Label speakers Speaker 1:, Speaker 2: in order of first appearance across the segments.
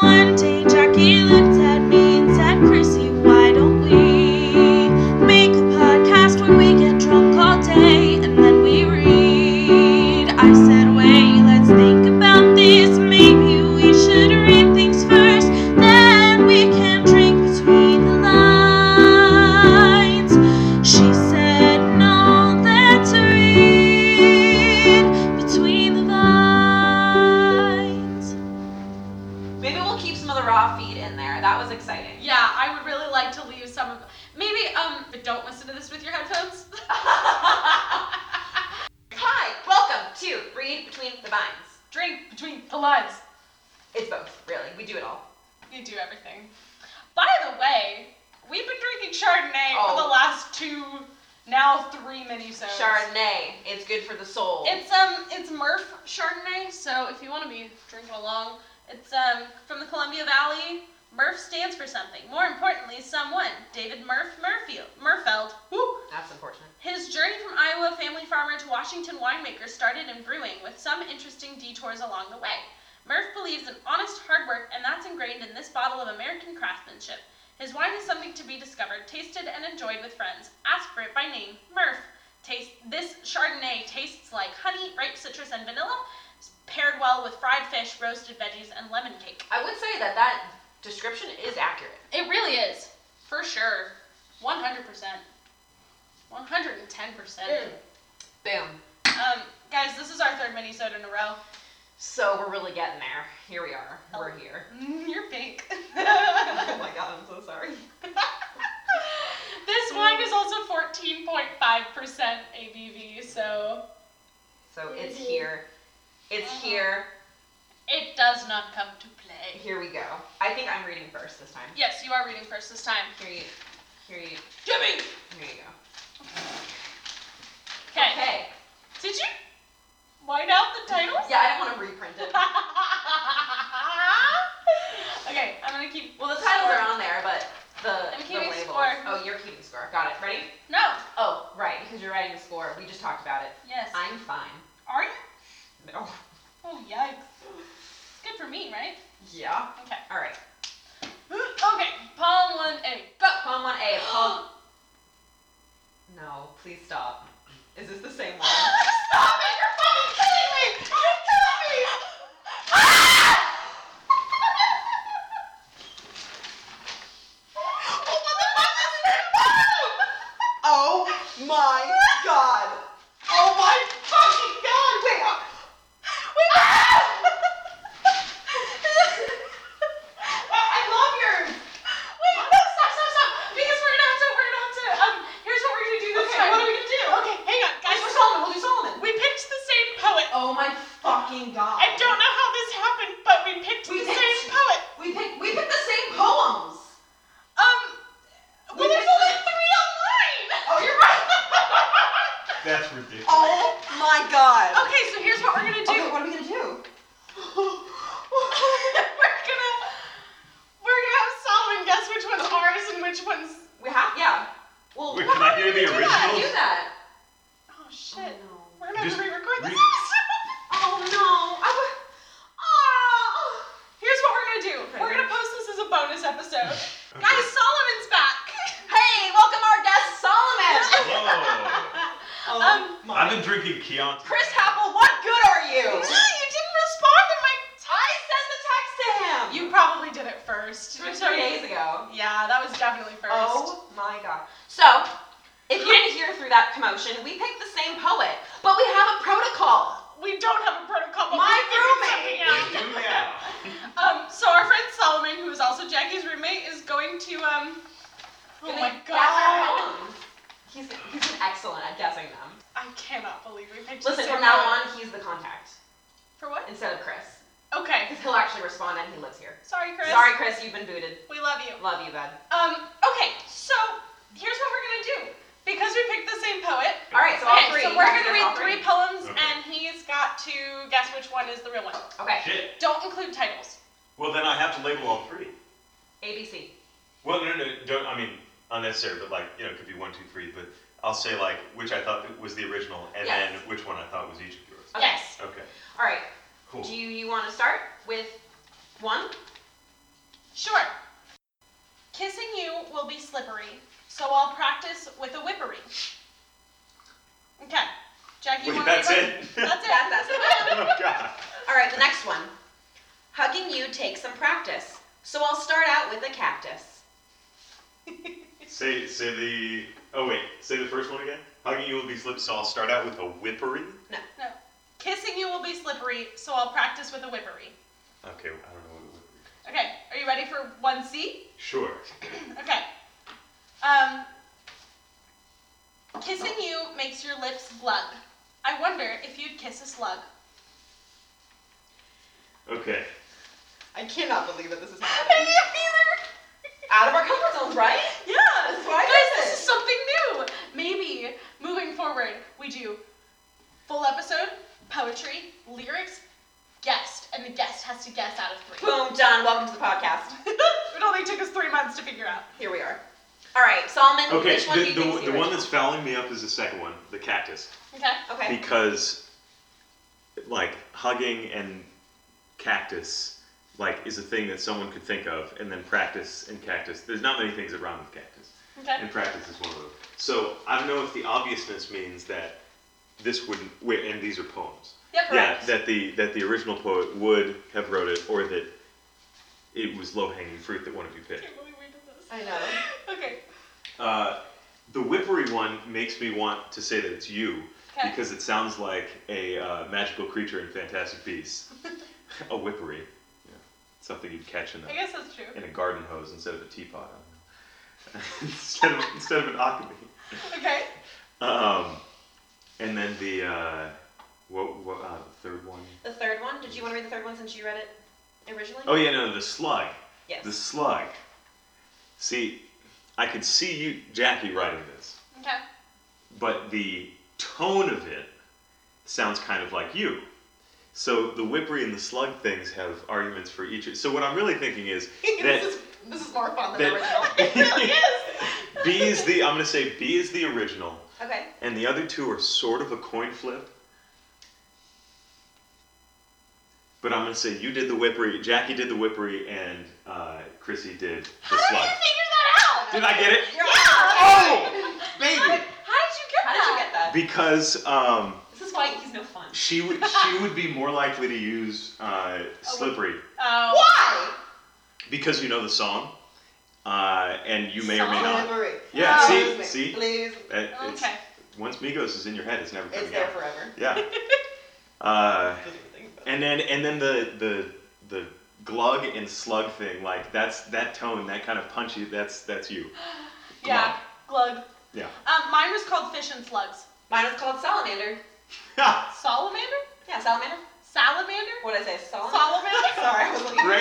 Speaker 1: One day Jackie looked at me and said, Chrissy, why don't we make a podcast where we get drunk all day and then we read? I said, wait, let's think about this. Maybe we should read things first, then we can drink between the lines. She said, no, let's read between the lines.
Speaker 2: Maybe we'll keep some of the raw feed in there. That was exciting.
Speaker 3: Yeah, I would really like to leave some of. Maybe um, but don't listen to this with your headphones.
Speaker 2: Hi, welcome to Read Between the Vines.
Speaker 3: Drink between the lines.
Speaker 2: It's both, really. We do it all.
Speaker 3: You do everything. By the way, we've been drinking Chardonnay for
Speaker 2: Oh.
Speaker 3: the last two, now three minisodes.
Speaker 2: Chardonnay. It's good for the soul.
Speaker 3: It's um, it's Murph Chardonnay. So if you want to be drinking along, it's um from the Columbia Valley. Murph stands for something. More importantly, someone. David Murph Murfield Murfeld. Woo.
Speaker 2: That's unfortunate.
Speaker 3: His journey from Iowa family farmer to Washington winemaker started in brewing with some interesting detours along the way. Murph believes in honest hard work, and that's ingrained in this bottle of American craftsmanship. His wine is something to be discovered, tasted, and enjoyed with friends. Ask for it by name, Murph. Taste this Chardonnay tastes like honey, ripe citrus, and vanilla, paired well with fried fish, roasted veggies, and lemon cake.
Speaker 2: I would say that that description is accurate.
Speaker 3: It really is, for sure, one hundred percent, one hundred and ten percent.
Speaker 2: Mm. Boom.
Speaker 3: Um, guys, this is our third minisode in a row.
Speaker 2: So we're really getting there. Here we are. We're here.
Speaker 3: Mm, You're pink.
Speaker 2: Oh my god, I'm so sorry.
Speaker 3: this wine is also 14.5% ABV, so
Speaker 2: So it's here. It's here.
Speaker 3: it does not come to play.
Speaker 2: Here we go. I think I'm reading first this time.
Speaker 3: Yes, you are reading first this time.
Speaker 2: Here you here you
Speaker 3: Jimmy.
Speaker 2: here you go.
Speaker 3: Okay.
Speaker 2: Okay.
Speaker 3: Did you white out the titles?
Speaker 2: Yeah, I don't want to reprint it.
Speaker 3: okay, I'm gonna keep.
Speaker 2: Well, the titles are on there, but the,
Speaker 3: I'm
Speaker 2: the
Speaker 3: keeping
Speaker 2: labels.
Speaker 3: score.
Speaker 2: Oh, you're keeping score. Got it. Ready?
Speaker 3: No.
Speaker 2: Oh, right, because you're writing the score. We just talked about it.
Speaker 3: Yes.
Speaker 2: I'm fine.
Speaker 3: Are you?
Speaker 2: No.
Speaker 3: Oh yikes. It's good for me, right?
Speaker 2: Yeah.
Speaker 3: Okay.
Speaker 2: All right.
Speaker 3: Okay, palm one A, go.
Speaker 2: Poem one A. Poem. no, please stop. Is this the same one?
Speaker 3: Stop it! You're fucking killing me! You're killing me!
Speaker 2: Oh my god. Oh my fucking god. Wait. uh, I I love yours. Okay, uh, um, what are we gonna do? Okay, guys, we're Solomon. We'll do Solomon. Oh my fucking god. We picked- We picked. We picked the same poems.
Speaker 3: Um,
Speaker 2: We picked the- Oh, you're right.
Speaker 4: That's ridiculous.
Speaker 2: oh my god.
Speaker 3: Okay, so here's what we're gonna do.
Speaker 2: what are we gonna do?
Speaker 3: we're gonna we're gonna have Solomon guess which one's ours and which one's
Speaker 2: We have, yeah. Well,
Speaker 4: Wait,
Speaker 2: why
Speaker 4: can I
Speaker 2: would
Speaker 4: hear
Speaker 2: we
Speaker 4: the
Speaker 2: do That?
Speaker 4: originals?
Speaker 2: Do that.
Speaker 3: oh shit.
Speaker 2: no.
Speaker 3: We're gonna have
Speaker 4: Just
Speaker 3: to re-record this
Speaker 4: re-
Speaker 3: episode.
Speaker 2: Oh no. I would. Oh.
Speaker 3: Here's what we're gonna do. We're gonna post this as a bonus episode. Guys, Solomon's back.
Speaker 2: Hey, welcome our guest Solomon.
Speaker 4: Whoa.
Speaker 2: Oh,
Speaker 3: Um,
Speaker 2: my.
Speaker 4: I've been drinking Chianti.
Speaker 2: Chris Happel, what good are you?
Speaker 3: No, you didn't respond to my
Speaker 2: I sent the text to him.
Speaker 3: You probably did it first.
Speaker 2: It was three days ago.
Speaker 3: Yeah, that was definitely first.
Speaker 2: Oh my god. So, if you didn't hear through that commotion, we picked the same poet, but we have a protocol.
Speaker 3: We don't have a protocol. but
Speaker 2: My
Speaker 3: we figured
Speaker 2: roommate.
Speaker 3: something out.
Speaker 4: You do now.
Speaker 3: Um, so our friend Solomon, who is also Jackie's roommate, is going to um. Oh my
Speaker 2: That's our
Speaker 3: god!
Speaker 2: poems. He's, he's excellent at guessing them.
Speaker 3: I cannot believe we picked. the
Speaker 2: Listen,
Speaker 3: same
Speaker 2: from now
Speaker 3: one.
Speaker 2: on, he's the contact
Speaker 3: For what?
Speaker 2: instead of Chris.
Speaker 3: Okay.
Speaker 2: Because he'll actually respond and he lives here.
Speaker 3: Sorry, Chris.
Speaker 2: Sorry, Chris, you've been booted.
Speaker 3: We love you.
Speaker 2: Love you, bud.
Speaker 3: Um. Okay. So here's what we're gonna do because we picked the same poet.
Speaker 2: All right, so all
Speaker 3: Okay.
Speaker 2: three.
Speaker 3: So we're
Speaker 2: Yes,
Speaker 3: gonna read
Speaker 2: all
Speaker 3: three poems,
Speaker 4: Okay.
Speaker 3: and he's got to guess which one is the real one.
Speaker 2: Okay,
Speaker 4: Shit.
Speaker 3: Don't include titles.
Speaker 4: Well, then I have to label all three.
Speaker 2: ABC.
Speaker 4: Well, no, no, don't. I mean, unnecessary, but like, you know, it could be one, two, three. But I'll say like which I thought was the original, and
Speaker 2: Yes.
Speaker 4: then which one I thought was each of yours.
Speaker 2: Okay.
Speaker 3: Yes.
Speaker 4: Okay.
Speaker 2: All right,
Speaker 4: Cool.
Speaker 2: do you, you want to start with one?
Speaker 3: Sure. Kissing you will be slippery, so I'll practice with a whippery. Okay. Jackie, you
Speaker 4: Wait,
Speaker 3: want
Speaker 4: that's
Speaker 3: to
Speaker 4: it?
Speaker 3: That's it.
Speaker 2: That- that's it.
Speaker 4: oh god.
Speaker 2: All right, the next one. Hugging you takes some practice, so I'll start out with a cactus.
Speaker 4: Say say the oh wait, say the first one again. Hugging you will be slipped, so I'll start out with a whippery.
Speaker 3: Kissing you will be slippery, so I'll practice with a whippery.
Speaker 4: Okay, I don't know what whippery.
Speaker 3: Okay, are you ready for 1C?
Speaker 4: Sure.
Speaker 3: Okay. Um, kissing you makes your lips glug. I wonder if you'd kiss a slug.
Speaker 4: Okay.
Speaker 2: I cannot believe that this is
Speaker 3: either.
Speaker 2: out of our comfort zones, right?
Speaker 3: Yes.
Speaker 2: Why
Speaker 3: Guys,
Speaker 2: is
Speaker 3: this is something new. Maybe moving forward, we do full episode, poetry, lyrics, guest, and the guest has to guess out of three.
Speaker 2: Boom, done. Welcome to the podcast.
Speaker 3: it only took us three months to figure out.
Speaker 2: Here we are. All right, Solomon.
Speaker 4: Okay,
Speaker 2: which one do
Speaker 4: the,
Speaker 2: you think is
Speaker 4: the, the one
Speaker 2: original?
Speaker 4: that's fouling me up is the second one, the cactus.
Speaker 3: Okay.
Speaker 2: okay.
Speaker 4: Because, like, hugging and cactus, like, is a thing that someone could think of, and then practice and cactus. There's not many things that rhyme with cactus,
Speaker 3: Okay.
Speaker 4: and practice is one of them. So I don't know if the obviousness means that this wouldn't, wait, and these are poems.
Speaker 3: Yep. Correct.
Speaker 4: Yeah, that the that the original poet would have wrote it, or that it was low hanging fruit that one of you
Speaker 3: I
Speaker 4: picked.
Speaker 3: can't believe we did this.
Speaker 2: I know.
Speaker 3: Okay.
Speaker 4: Uh, the whippery one makes me want to say that it's you
Speaker 3: Okay.
Speaker 4: because it sounds like a uh, magical creature in Fantastic Beasts. a whippery, yeah. something you'd catch in
Speaker 3: I
Speaker 4: a,
Speaker 3: guess that's true.
Speaker 4: in a garden hose instead of a teapot. I don't know. instead of instead of an alchemy.
Speaker 3: Okay.
Speaker 4: Um, and then the uh, what, what uh, the third one?
Speaker 2: The third one. Did you want to read the third one since you read it originally?
Speaker 4: Oh yeah, no, the slug.
Speaker 2: yes.
Speaker 4: The slug. See, I could see you, Jackie, writing this.
Speaker 3: Okay.
Speaker 4: but the tone of it sounds kind of like you. So the whippery and the slug things have arguments for each. So what I'm really thinking is that-
Speaker 2: this is this is more fun than
Speaker 4: that-
Speaker 2: the original.
Speaker 3: It really is.
Speaker 4: B is the I'm gonna say B is the original,
Speaker 2: Okay.
Speaker 4: and the other two are sort of a coin flip. But I'm gonna say you did the whippery, Jackie did the whippery, and uh, Chrissy did the
Speaker 3: How did you
Speaker 4: slug.
Speaker 3: figure that out?
Speaker 4: Did I get it?
Speaker 2: You're
Speaker 3: Yeah.
Speaker 4: Oh, baby!
Speaker 3: How did you get
Speaker 2: How did
Speaker 3: that?
Speaker 2: you get that?
Speaker 4: Because um,
Speaker 2: This is why he's no fun.
Speaker 4: she would she would be more likely to use uh, slippery
Speaker 3: Oh.
Speaker 2: Why?
Speaker 4: because you know the song, uh, and you may or may not.
Speaker 2: Slippery.
Speaker 4: Yeah,
Speaker 2: Oh,
Speaker 4: see,
Speaker 2: excuse me.
Speaker 4: see?
Speaker 2: Please.
Speaker 4: That, it's,
Speaker 3: Okay.
Speaker 4: Once Migos is in your head, it's never
Speaker 2: It's
Speaker 4: coming
Speaker 2: there
Speaker 4: out.
Speaker 2: forever.
Speaker 4: Yeah. Uh,
Speaker 2: Doesn't even think about it.
Speaker 4: and then and then the the the glug and slug thing, like that's that tone, that kind of punchy. That's that's you.
Speaker 3: Yeah. Glug.
Speaker 4: Yeah.
Speaker 3: Um, mine was called fish and slugs.
Speaker 2: Mine is called salamander.
Speaker 3: Salamander?
Speaker 2: Yeah, salamander.
Speaker 3: Salamander?
Speaker 2: What did I say? Solomon?
Speaker 3: Solomon?
Speaker 2: Sorry, I was looking.
Speaker 4: Great,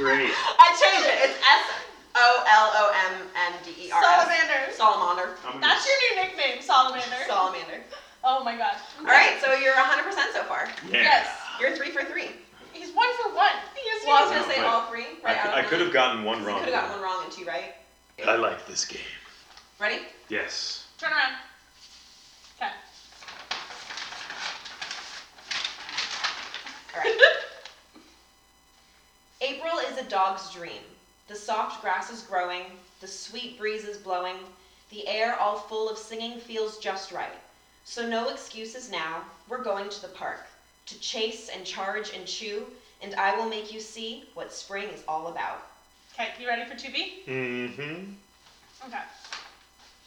Speaker 4: great.
Speaker 2: I changed it. It's S O L O M N D E R S.
Speaker 3: Salamander.
Speaker 2: Salamander.
Speaker 4: I'm gonna-
Speaker 3: That's your new nickname, Salamander.
Speaker 2: Salamander.
Speaker 3: oh my gosh.
Speaker 2: All right, so you're 100% so far.
Speaker 4: yeah.
Speaker 3: Yes.
Speaker 2: You're three for three.
Speaker 3: He's one for one. He is
Speaker 2: Well, I was
Speaker 4: No,
Speaker 2: gonna say
Speaker 4: but
Speaker 2: all three.
Speaker 4: I,
Speaker 2: Right out
Speaker 4: cou-
Speaker 2: of
Speaker 4: I
Speaker 2: nine.
Speaker 4: could have gotten one
Speaker 2: You
Speaker 4: wrong.
Speaker 2: Could have gotten one wrong and two right.
Speaker 4: I like this game.
Speaker 2: Ready?
Speaker 4: Yes.
Speaker 3: Turn around. Okay.
Speaker 2: All right. April is a dog's dream. The soft grass is growing, the sweet breeze is blowing, the air all full of singing feels just right. So no excuses now, we're going to the park to chase and charge and chew, and I will make you see what spring is all about.
Speaker 3: Okay, you ready for 2B?
Speaker 4: Mm-hmm.
Speaker 3: Okay.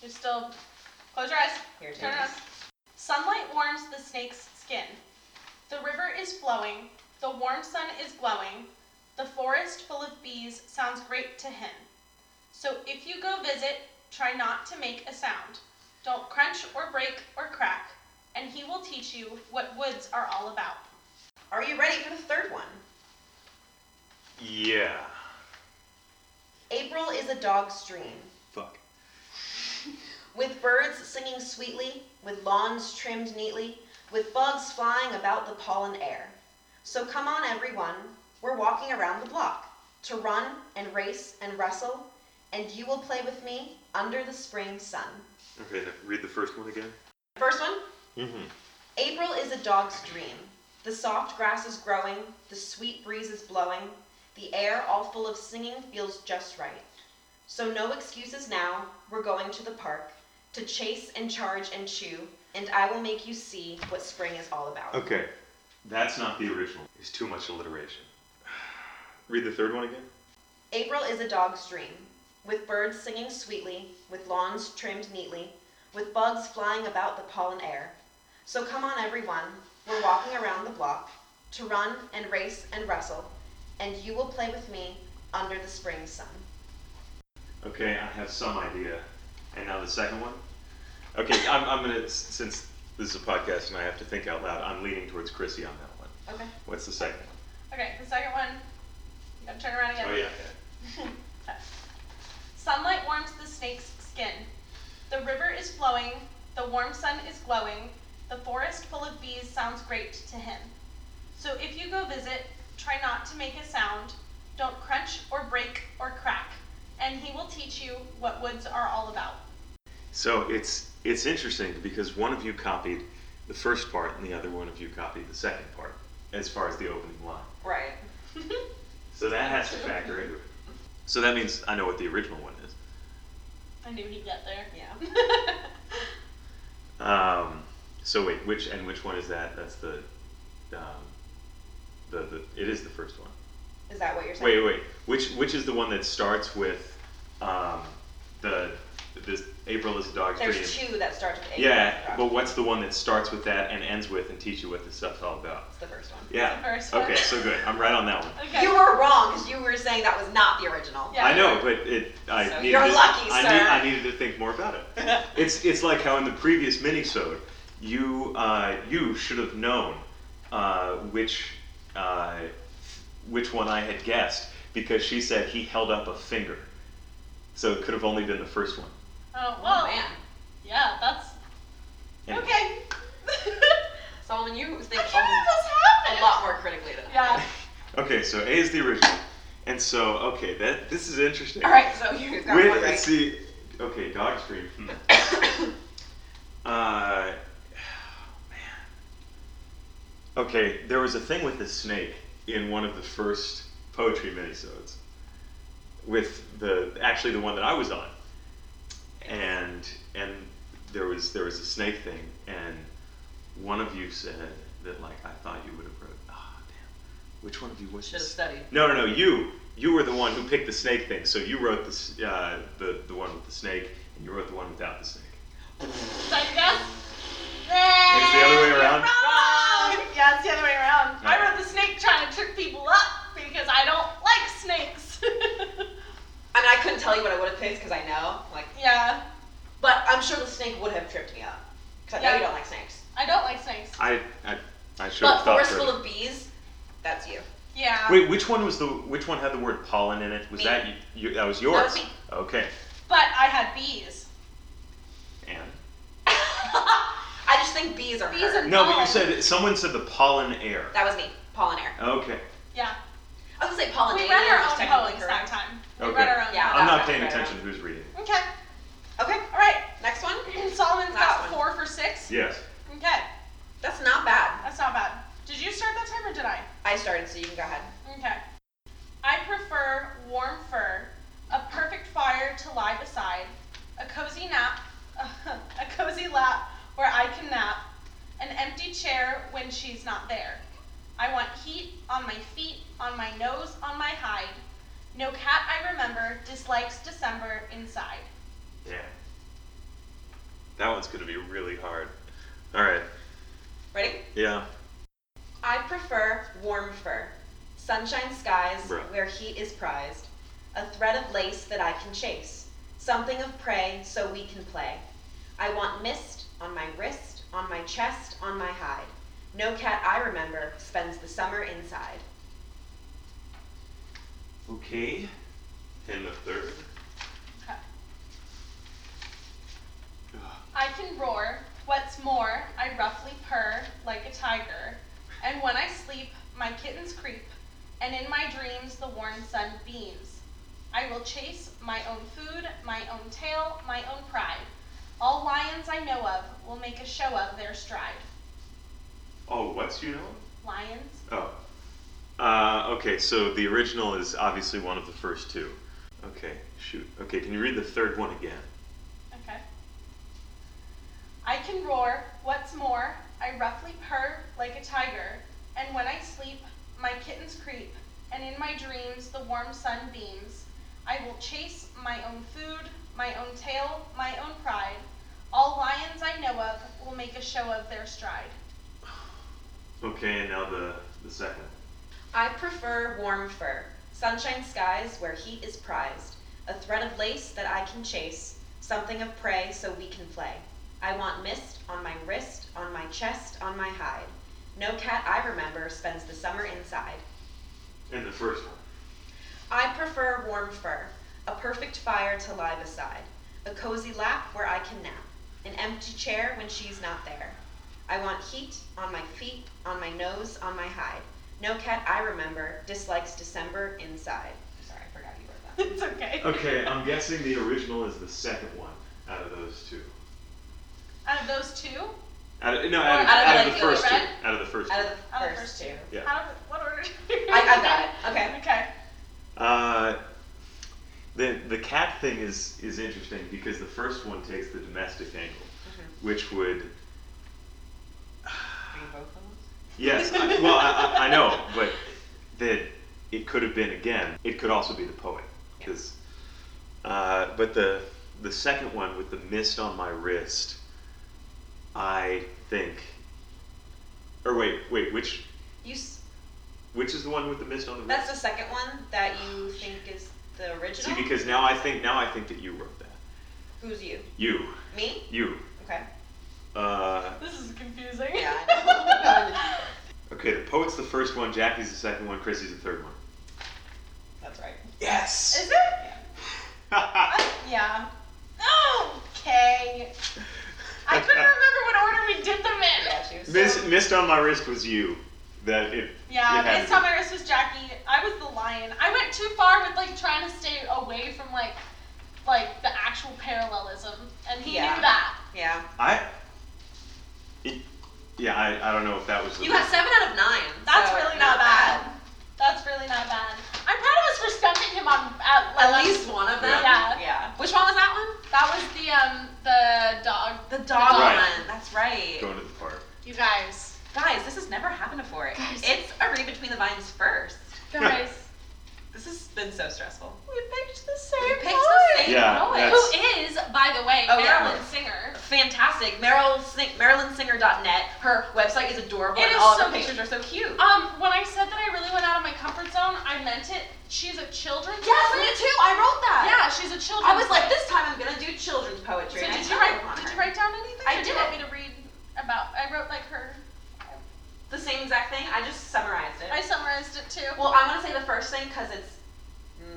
Speaker 3: You're still. Close your eyes.
Speaker 2: Here it
Speaker 3: Turn around.
Speaker 2: is.
Speaker 3: Sunlight warms the snake's skin. The river is flowing. The warm sun is glowing. The forest full of bees sounds great to him. So if you go visit, try not to make a sound. Don't crunch or break or crack, and he will teach you what woods are all about.
Speaker 2: Are you ready for the third one?
Speaker 4: Yeah.
Speaker 2: April is a dog's dream.
Speaker 4: Fuck.
Speaker 2: With birds singing sweetly, with lawns trimmed neatly, with bugs flying about the pollen air. So come on, everyone, we're walking around the block to run and race and wrestle, and you will play with me under the spring sun.
Speaker 4: Okay. now Read the first one again.
Speaker 2: First one
Speaker 4: Mm-hmm.
Speaker 2: April is a dog's dream. The soft grass is growing, the sweet breeze is blowing, The air, all full of singing, feels just right. So no excuses now, we're going to the park to chase and charge and chew, and I will make you see what spring is all about.
Speaker 4: Okay, that's not the original. It's too much alliteration. Read the third one again.
Speaker 2: April is a dog's dream, with birds singing sweetly, with lawns trimmed neatly, with bugs flying about the pollen air. So come on, everyone, we're walking around the block to run and race and wrestle, and you will play with me under the spring sun.
Speaker 4: Okay, I have some idea. And now the second one. Okay, I'm, I'm gonna since this is a podcast and I have to think out loud. I'm leaning towards Chrissy on that one.
Speaker 2: Okay.
Speaker 4: What's the second one?
Speaker 3: Okay, the second one. You gotta turn around again.
Speaker 4: Oh yeah.
Speaker 3: Sunlight warms the snake's skin. The river is flowing, the warm sun is glowing, the forest full of bees sounds great to him. So if you go visit, try not to make a sound, don't crunch or break or crack, and he will teach you what woods are all about.
Speaker 4: So it's it's interesting because one of you copied the first part and the other one of you copied the second part as far as the opening line.
Speaker 2: Right.
Speaker 4: So that has to factor into it. So that means I know what the original one is.
Speaker 3: I knew he'd get there.
Speaker 2: Yeah.
Speaker 4: Um, so wait, which and which one is that? That's the, um, the the it is the first one.
Speaker 2: Is that what you're saying?
Speaker 4: Wait, wait. Which which is the one that starts with um, the this April is a dog's dream?
Speaker 2: There's two that starts with April.
Speaker 4: Yeah, but what's the one that starts with that and ends with and teach you what this stuff's all about?
Speaker 2: It's the first one.
Speaker 4: Yeah.
Speaker 3: The first one.
Speaker 4: Okay, so good. I'm right on that one.
Speaker 3: Okay.
Speaker 2: You were wrong because you were saying that was not the original.
Speaker 3: Yeah.
Speaker 4: I know, but it. I
Speaker 2: So
Speaker 4: needed
Speaker 2: you're
Speaker 4: to-
Speaker 2: lucky,
Speaker 4: I,
Speaker 2: sir.
Speaker 4: need- I needed to think more about it. it's it's like how in the previous minisode, you uh, you should have known uh, which uh, which one I had guessed because she said he held up a finger, so it could have only been the first one.
Speaker 3: Oh, well,
Speaker 2: Oh man,
Speaker 3: yeah, that's.
Speaker 4: Anyway.
Speaker 3: Okay.
Speaker 2: Solomon, you think
Speaker 3: I can't believe this
Speaker 2: a
Speaker 3: happened.
Speaker 2: lot more critically than I
Speaker 3: Yeah.
Speaker 4: Okay, so A is the original, and so okay, that this is interesting.
Speaker 2: All right, so you've got
Speaker 4: Wait,
Speaker 2: one right.
Speaker 4: see. Okay, dog stream. Hmm. uh, man. Okay, there was a thing with the snake in one of the first poetry minisodes. With the actually the one that I was on, and and there was there was a snake thing, and one of you said that like I thought you would have wrote. Ah, damn. Which one of you was
Speaker 2: Should have
Speaker 4: this?
Speaker 2: studied.
Speaker 4: No, no, no. You you were the one who picked the snake thing. So you wrote this uh, the the one with the snake, and you wrote the one without the snake.
Speaker 3: So yes.
Speaker 4: It's the other way around.
Speaker 3: Wrong. Oh, Yeah, it's the other way around. I
Speaker 4: Yeah.
Speaker 3: wrote the snake trying to trick people up because I don't like snakes.
Speaker 2: I mean, I couldn't tell you what I would have picked because I know, like,
Speaker 3: yeah,
Speaker 2: but I'm sure the snake would have tripped me up because I know
Speaker 3: Yeah.
Speaker 2: you don't like snakes.
Speaker 3: I don't like snakes.
Speaker 4: I I, I should
Speaker 2: But
Speaker 4: have thought.
Speaker 2: forest
Speaker 4: further.
Speaker 2: full of bees, that's you.
Speaker 3: Yeah.
Speaker 4: Wait, which one was the which one had the word pollen in it? Was
Speaker 2: Me.
Speaker 4: that you, you? That was
Speaker 2: was
Speaker 4: yours.
Speaker 2: me.
Speaker 4: Okay.
Speaker 3: But I had bees.
Speaker 4: And
Speaker 2: I just think bees are.
Speaker 3: Bees
Speaker 2: hurt.
Speaker 3: are-
Speaker 4: no, but
Speaker 3: Pollen.
Speaker 4: you said someone said the pollen air.
Speaker 2: That was me, pollen air.
Speaker 4: Okay.
Speaker 3: Yeah.
Speaker 2: I was gonna say pollen.
Speaker 3: we read our own poems that time. We
Speaker 4: Okay.
Speaker 3: read our own.
Speaker 2: Yeah, that
Speaker 4: I'm not
Speaker 2: sounds
Speaker 4: paying
Speaker 2: right.
Speaker 4: attention to who's reading.
Speaker 3: Okay.
Speaker 2: Okay,
Speaker 3: All right.
Speaker 2: next one.
Speaker 3: Solomon's
Speaker 2: Last
Speaker 3: got
Speaker 2: one.
Speaker 3: four for six.
Speaker 4: Yes.
Speaker 3: Okay.
Speaker 2: That's not bad.
Speaker 3: That's not bad. Did you start that time or did I?
Speaker 2: I started, so you can go ahead.
Speaker 3: Okay. I prefer warm fur, a perfect fire to lie beside, a cozy nap, a cozy lap where I can nap, an empty chair when she's not there. I want heat on my feet, on my nose, on my hide. No cat I remember dislikes December inside.
Speaker 4: Yeah. That one's gonna be really hard. All right.
Speaker 2: Ready?
Speaker 4: Yeah.
Speaker 2: I prefer warm fur, sunshine skies
Speaker 4: Bruh.
Speaker 2: where heat is prized, a thread of lace that I can chase, something of prey so we can play. I want mist on my wrist, on my chest, on my hide. No cat I remember spends the summer inside.
Speaker 4: Okay. And the third.
Speaker 3: Okay. I can roar. What's more, I roughly purr like a tiger. And when I sleep, my kittens creep. And in my dreams, the warm sun beams. I will chase my own food, my own tail, my own pride. All lions I know of will make a show of their stride.
Speaker 4: Oh, what's you know?
Speaker 3: Lions?
Speaker 4: Oh. Uh, okay, so the original is obviously one of the first two. Okay, shoot. Okay, can you read the third one again?
Speaker 3: Okay. I can roar, what's more, I roughly purr like a tiger, and when I sleep, my kittens creep, and in my dreams, the warm sun beams. I will chase my own food, my own tail, my own pride. All lions I know of will make a show of their stride.
Speaker 4: Okay, and now the, the second.
Speaker 2: I prefer warm fur, sunshine skies where heat is prized, a thread of lace that I can chase, something of prey so we can play. I want mist on my wrist, on my chest, on my hide. No cat I remember spends the summer inside.
Speaker 4: And the first one.
Speaker 2: I prefer warm fur, a perfect fire to lie beside, a cozy lap where I can nap, an empty chair when she's not there. I want heat on my feet, on my nose, on my hide. No cat I remember dislikes December inside. Sorry, I forgot you wrote that.
Speaker 3: It's okay.
Speaker 4: Okay, I'm guessing the original is the second one out of those two.
Speaker 3: Out of those two,
Speaker 4: Out of, no, out of,
Speaker 2: Out of
Speaker 4: out
Speaker 2: the
Speaker 4: of the
Speaker 2: regular
Speaker 4: first two.
Speaker 3: red?
Speaker 4: Out of the first two.
Speaker 2: Out of the
Speaker 3: Out of
Speaker 2: first
Speaker 3: first
Speaker 2: two.
Speaker 4: Yeah.
Speaker 3: how, what order?
Speaker 2: I, I got it. Okay.
Speaker 3: Okay.
Speaker 4: Uh, the the cat thing is is interesting because the first one takes the domestic angle,
Speaker 2: Mm-hmm.
Speaker 4: which would
Speaker 2: Are you both of those?
Speaker 4: yes, I, well I, I, I know, but that it could have been again. It could also be the poet, 'cause, uh, but the the second one with the mist on my wrist, I think. Or wait, wait, which
Speaker 2: You, s-
Speaker 4: which is the one with the mist on the
Speaker 2: that's
Speaker 4: wrist?
Speaker 2: the second one that you think is the
Speaker 4: See,
Speaker 2: original?
Speaker 4: because now I think now I think that you wrote that.
Speaker 2: Who's you?
Speaker 4: You,
Speaker 2: Me?
Speaker 4: you.
Speaker 2: Okay.
Speaker 4: Uh,
Speaker 3: This is confusing.
Speaker 2: Yeah, I know.
Speaker 4: Okay, the poet's the first one, Jackie's the second one, Chrissy's the third one.
Speaker 2: That's right.
Speaker 4: Yes!
Speaker 3: Is it? I, yeah. Okay. I couldn't remember what order we did them in.
Speaker 2: Yeah, she was
Speaker 4: Miss,
Speaker 2: so-
Speaker 4: missed on my wrist was you. That it.
Speaker 3: Yeah,
Speaker 4: it had
Speaker 3: this
Speaker 4: to
Speaker 3: time my wrist was Jackie. I was the lion. I went too far with like trying to stay away from like like the actual parallelism, and he
Speaker 2: Yeah.
Speaker 3: knew that.
Speaker 2: Yeah.
Speaker 4: be. I. It, yeah, I, I don't know if that was. The
Speaker 2: You got seven out of nine.
Speaker 3: That's
Speaker 2: so
Speaker 3: really not bad. That's really not bad. I'm proud of us for stumping him on at,
Speaker 2: At least one of them.
Speaker 3: Yeah.
Speaker 2: Yeah. Which one was that one?
Speaker 3: That was the um the dog.
Speaker 2: The dog
Speaker 4: Right.
Speaker 2: one. That's right.
Speaker 4: Going to the park.
Speaker 3: You guys,
Speaker 2: Guys, this has never happened before.
Speaker 3: Guys.
Speaker 2: It's a read between the vines first.
Speaker 3: guys,
Speaker 2: This has been so stressful.
Speaker 3: we picked the
Speaker 2: We
Speaker 3: same
Speaker 2: picked the same
Speaker 4: Yeah,
Speaker 2: poet.
Speaker 4: that's-
Speaker 3: Who is, by the way,
Speaker 2: Oh, yeah.
Speaker 3: Marilyn Singer?
Speaker 2: Fantastic. Meryl Sing- MarilynSinger.net. Her website is adorable and
Speaker 3: It is
Speaker 2: all
Speaker 3: so
Speaker 2: of her pictures are so cute.
Speaker 3: Um, when I said that I really went out of my comfort zone, I meant it. She's a children's
Speaker 2: yes, me
Speaker 3: poet.
Speaker 2: too. I wrote that.
Speaker 3: Yeah, she's a
Speaker 2: I
Speaker 3: children's.
Speaker 2: was like,
Speaker 3: poet.
Speaker 2: this time I'm gonna do children's poetry.
Speaker 3: So
Speaker 2: and I
Speaker 3: did you
Speaker 2: stumbled
Speaker 3: write?
Speaker 2: upon
Speaker 3: Did
Speaker 2: her.
Speaker 3: you write down anything?
Speaker 2: I
Speaker 3: or do
Speaker 2: did.
Speaker 3: you want me to read about? I wrote like her.
Speaker 2: the same exact thing? I just summarized it.
Speaker 3: I summarized it too.
Speaker 2: well, I'm gonna say the first thing because it's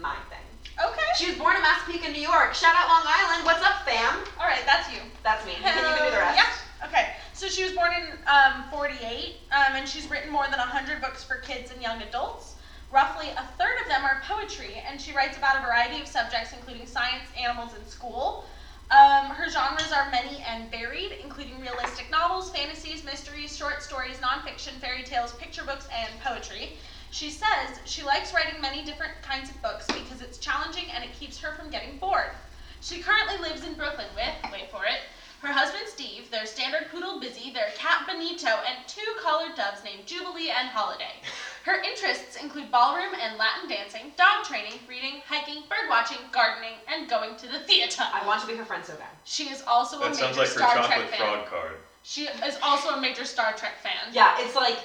Speaker 2: my thing.
Speaker 3: okay.
Speaker 2: She was born in Massapequa, New York. Shout out Long Island. What's up, fam?
Speaker 3: All right, that's you.
Speaker 2: That's me. Can you can do the rest?
Speaker 3: Yeah. Okay. So she was born in um, 48, um, and she's written more than 100 books for kids and young adults. Roughly a third of them are poetry, and she writes about a variety of subjects, including science, animals, and school. Um, her genres are many and varied, including realistic novels, fantasies, mysteries, short stories, nonfiction, fairy tales, picture books, and poetry. She says she likes writing many different kinds of books because it's challenging and it keeps her from getting bored. She currently lives in Brooklyn with, wait for it, her husband Steve, their standard poodle Busy, their cat Benito, and two collared doves named Jubilee and Holiday. Her interests include ballroom and Latin dancing, dog training, reading, hiking, bird watching, gardening, and going to the theater.
Speaker 2: I want to be her friend so bad.
Speaker 3: She is also
Speaker 5: That
Speaker 3: a major
Speaker 5: sounds like her
Speaker 3: Star Trek
Speaker 5: chocolate
Speaker 3: fan.
Speaker 5: fraud card.
Speaker 3: She is also a major Star Trek fan.
Speaker 2: Yeah, it's like,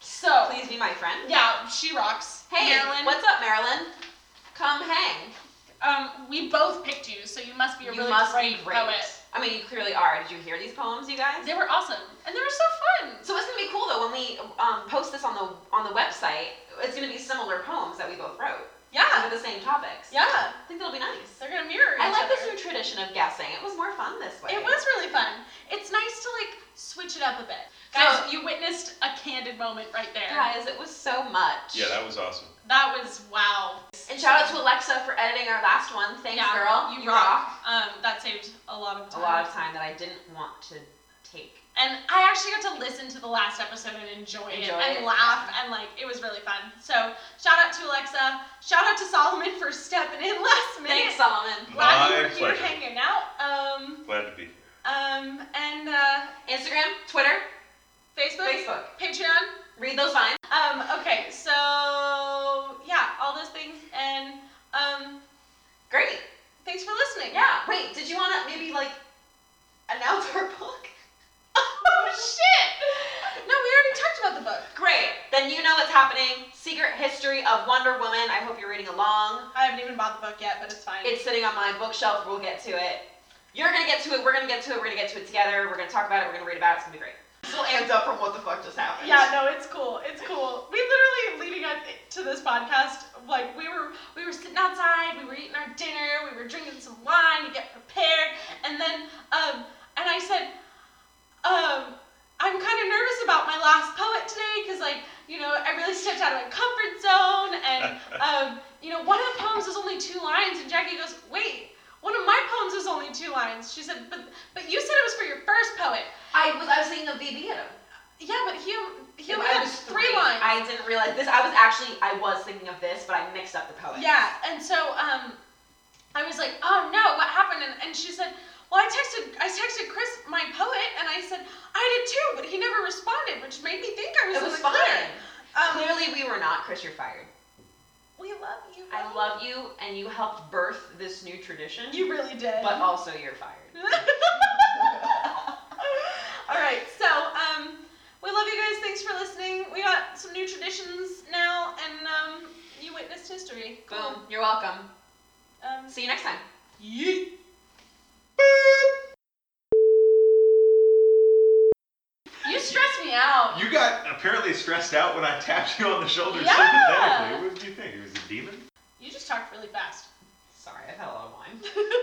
Speaker 3: So,
Speaker 2: please be my friend.
Speaker 3: yeah, she rocks.
Speaker 2: Hey,
Speaker 3: Marilyn,
Speaker 2: what's up, Marilyn? Come hang.
Speaker 3: um, we both picked you, so you must be a
Speaker 2: you
Speaker 3: really
Speaker 2: must
Speaker 3: great,
Speaker 2: be great.
Speaker 3: poet.
Speaker 2: I mean, you clearly are. Did you hear these poems, you guys?
Speaker 3: They were awesome, and they were so fun.
Speaker 2: So it's gonna be cool though when we um, post this on the on the website. It's gonna be similar poems that we both wrote
Speaker 3: Yeah,
Speaker 2: under the same topics. I
Speaker 3: yeah.
Speaker 2: think that'll be nice.
Speaker 3: They're gonna mirror each
Speaker 2: I like
Speaker 3: other.
Speaker 2: this new tradition of guessing. It was more fun this way.
Speaker 3: It was really fun. It's nice to like switch it up a bit. Guys,
Speaker 2: So-
Speaker 3: you witnessed a candid moment right there.
Speaker 2: Guys, it was so much.
Speaker 5: Yeah, that was awesome.
Speaker 3: That was wow.
Speaker 2: And shout out to Alexa for editing our last one. Thanks,
Speaker 3: Yeah,
Speaker 2: girl.
Speaker 3: You rock. Um, that saved a lot of
Speaker 2: A
Speaker 3: time.
Speaker 2: lot of time that I didn't want to take.
Speaker 3: And I actually got to listen to the last episode and enjoy,
Speaker 2: Enjoy
Speaker 3: it and
Speaker 2: it,
Speaker 3: laugh
Speaker 2: yeah.
Speaker 3: and like it was really fun. So shout out to Alexa. Shout out to Solomon for stepping in last minute.
Speaker 2: Thanks, Solomon.
Speaker 3: Glad you
Speaker 4: My
Speaker 3: were here
Speaker 4: pleasure.
Speaker 3: hanging out. Um,
Speaker 4: Glad to be here.
Speaker 3: um, and uh,
Speaker 2: Instagram, Twitter,
Speaker 3: Facebook,
Speaker 2: Facebook.
Speaker 3: Patreon.
Speaker 2: Read those vines.
Speaker 3: Um, okay, so yeah, all those things, and um,
Speaker 2: Great.
Speaker 3: thanks for listening.
Speaker 2: Yeah. Wait, did you want to maybe like announce our book?
Speaker 3: Oh shit! No, we already talked about the book.
Speaker 2: Great. Then you know what's happening. Secret History of Wonder Woman. I hope you're reading along.
Speaker 3: I haven't even bought the book yet, but it's fine.
Speaker 2: It's sitting on my bookshelf. We'll get to it. You're gonna get to it. We're gonna get to it. We're gonna get to it together. We're gonna talk about it. We're gonna read about it. It's gonna be great. This will end up from what the fuck just happened.
Speaker 3: yeah, no, it's cool. It's cool. We literally leading up to this podcast, like we were we were sitting outside, we were eating our dinner, we were drinking some wine to get prepared, and then um, and I said, um, I'm kind of nervous about my last poet today because like you know I really stepped out of my comfort zone, and um, you know one of the poems is only two lines, and Jackie goes, wait. One of my poems is only two lines. She said, but but you said it was for your first poet.
Speaker 2: I was I was thinking of BB at him.
Speaker 3: Yeah, but he he
Speaker 2: If
Speaker 3: only
Speaker 2: I
Speaker 3: had
Speaker 2: was
Speaker 3: three lines.
Speaker 2: I didn't realize this. I was actually I was thinking of this, but I mixed up the poet.
Speaker 3: Yeah, and so um, I was like, oh no, what happened? And, and she said, well, I texted I texted Chris, my poet, and I said I did too, but he never responded, which made me think I
Speaker 2: It
Speaker 3: was,
Speaker 2: was
Speaker 3: in the
Speaker 2: fine.
Speaker 3: clear. Um,
Speaker 2: Clearly we were not. Chris, you're fired.
Speaker 3: we love you.
Speaker 2: I love you, and you helped birth this new tradition.
Speaker 3: you. really did.
Speaker 2: but also you're fired.
Speaker 3: All right, so um, we love you guys. Thanks for listening. We got some new traditions now, and um, you witnessed history.
Speaker 2: Boom. You're welcome.
Speaker 3: Um,
Speaker 2: See you next time.
Speaker 3: yeet. You stress me out.
Speaker 4: You got apparently stressed out when I tapped you on the shoulder
Speaker 3: Yeah.
Speaker 4: sympathetically. What did you think? It was a demon?
Speaker 3: You just talked really fast.
Speaker 2: Sorry, I've had a lot of wine.